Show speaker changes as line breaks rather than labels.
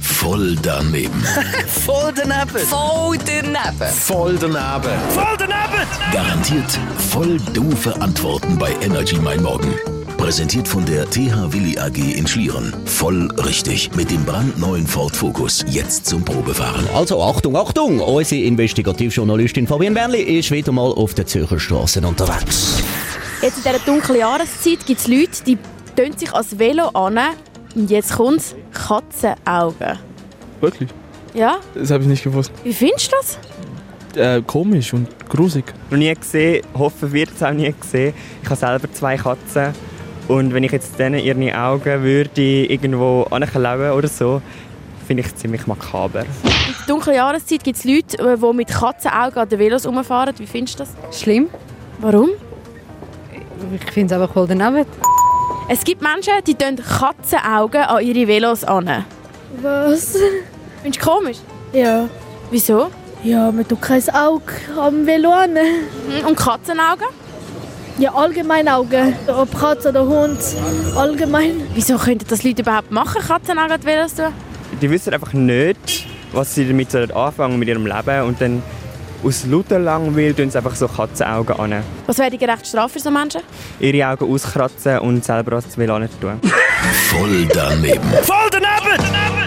Voll daneben.
Voll daneben.
Voll daneben.
Voll daneben. Garantiert voll doofe Antworten bei Energy Mein Morgen. Präsentiert von der TH Willi AG in Schlieren. Voll richtig. Mit dem brandneuen Ford Focus. Jetzt zum Probefahren.
Also Achtung, Achtung! Unsere Investigativjournalistin Fabienne Wernli ist wieder mal auf den Zürcher Straßen unterwegs.
Jetzt in dieser dunklen Jahreszeit gibt es Leute, die tun sich als Velo an. Und jetzt kommt Katzenaugen.
Wirklich?
Ja,
Das habe ich nicht gewusst.
wie findest du das?
Äh, komisch und grusig.
noch nie gesehen, hoffen wir es auch nie gesehen. Ich habe selber zwei Katzen und wenn ich jetzt denen ihre Augen würde irgendwo anklauen oder so, finde ich es ziemlich makaber.
In der dunklen Jahreszeit gibt es Leute, äh, die mit Katzenaugen an den Velos rumfahren. Wie findest du das?
Schlimm.
Warum?
Ich finde es einfach voll daneben.
Es gibt Menschen, die tun Katzenaugen an ihre Velos an.
Was?
Findest du komisch?
Ja.
Wieso?
Ja, man tut kein Auge am Velo an. ne?
Hm, Und Katzenaugen?
Ja, allgemein Auge. Ob Katz oder Hund, allgemein.
Wieso könnten das Leute überhaupt machen, Katzenaugen an die Velos tun?
Die wissen einfach nicht, was sie damit sollen anfangen mit ihrem Leben und dann aus lauter Langweil tun sie einfach so Katzenaugen an.
Was wäre die gerechte Strafe für so Menschen?
Ihre Augen auskratzen und selber was zu tun.
Voll daneben.
Voll daneben!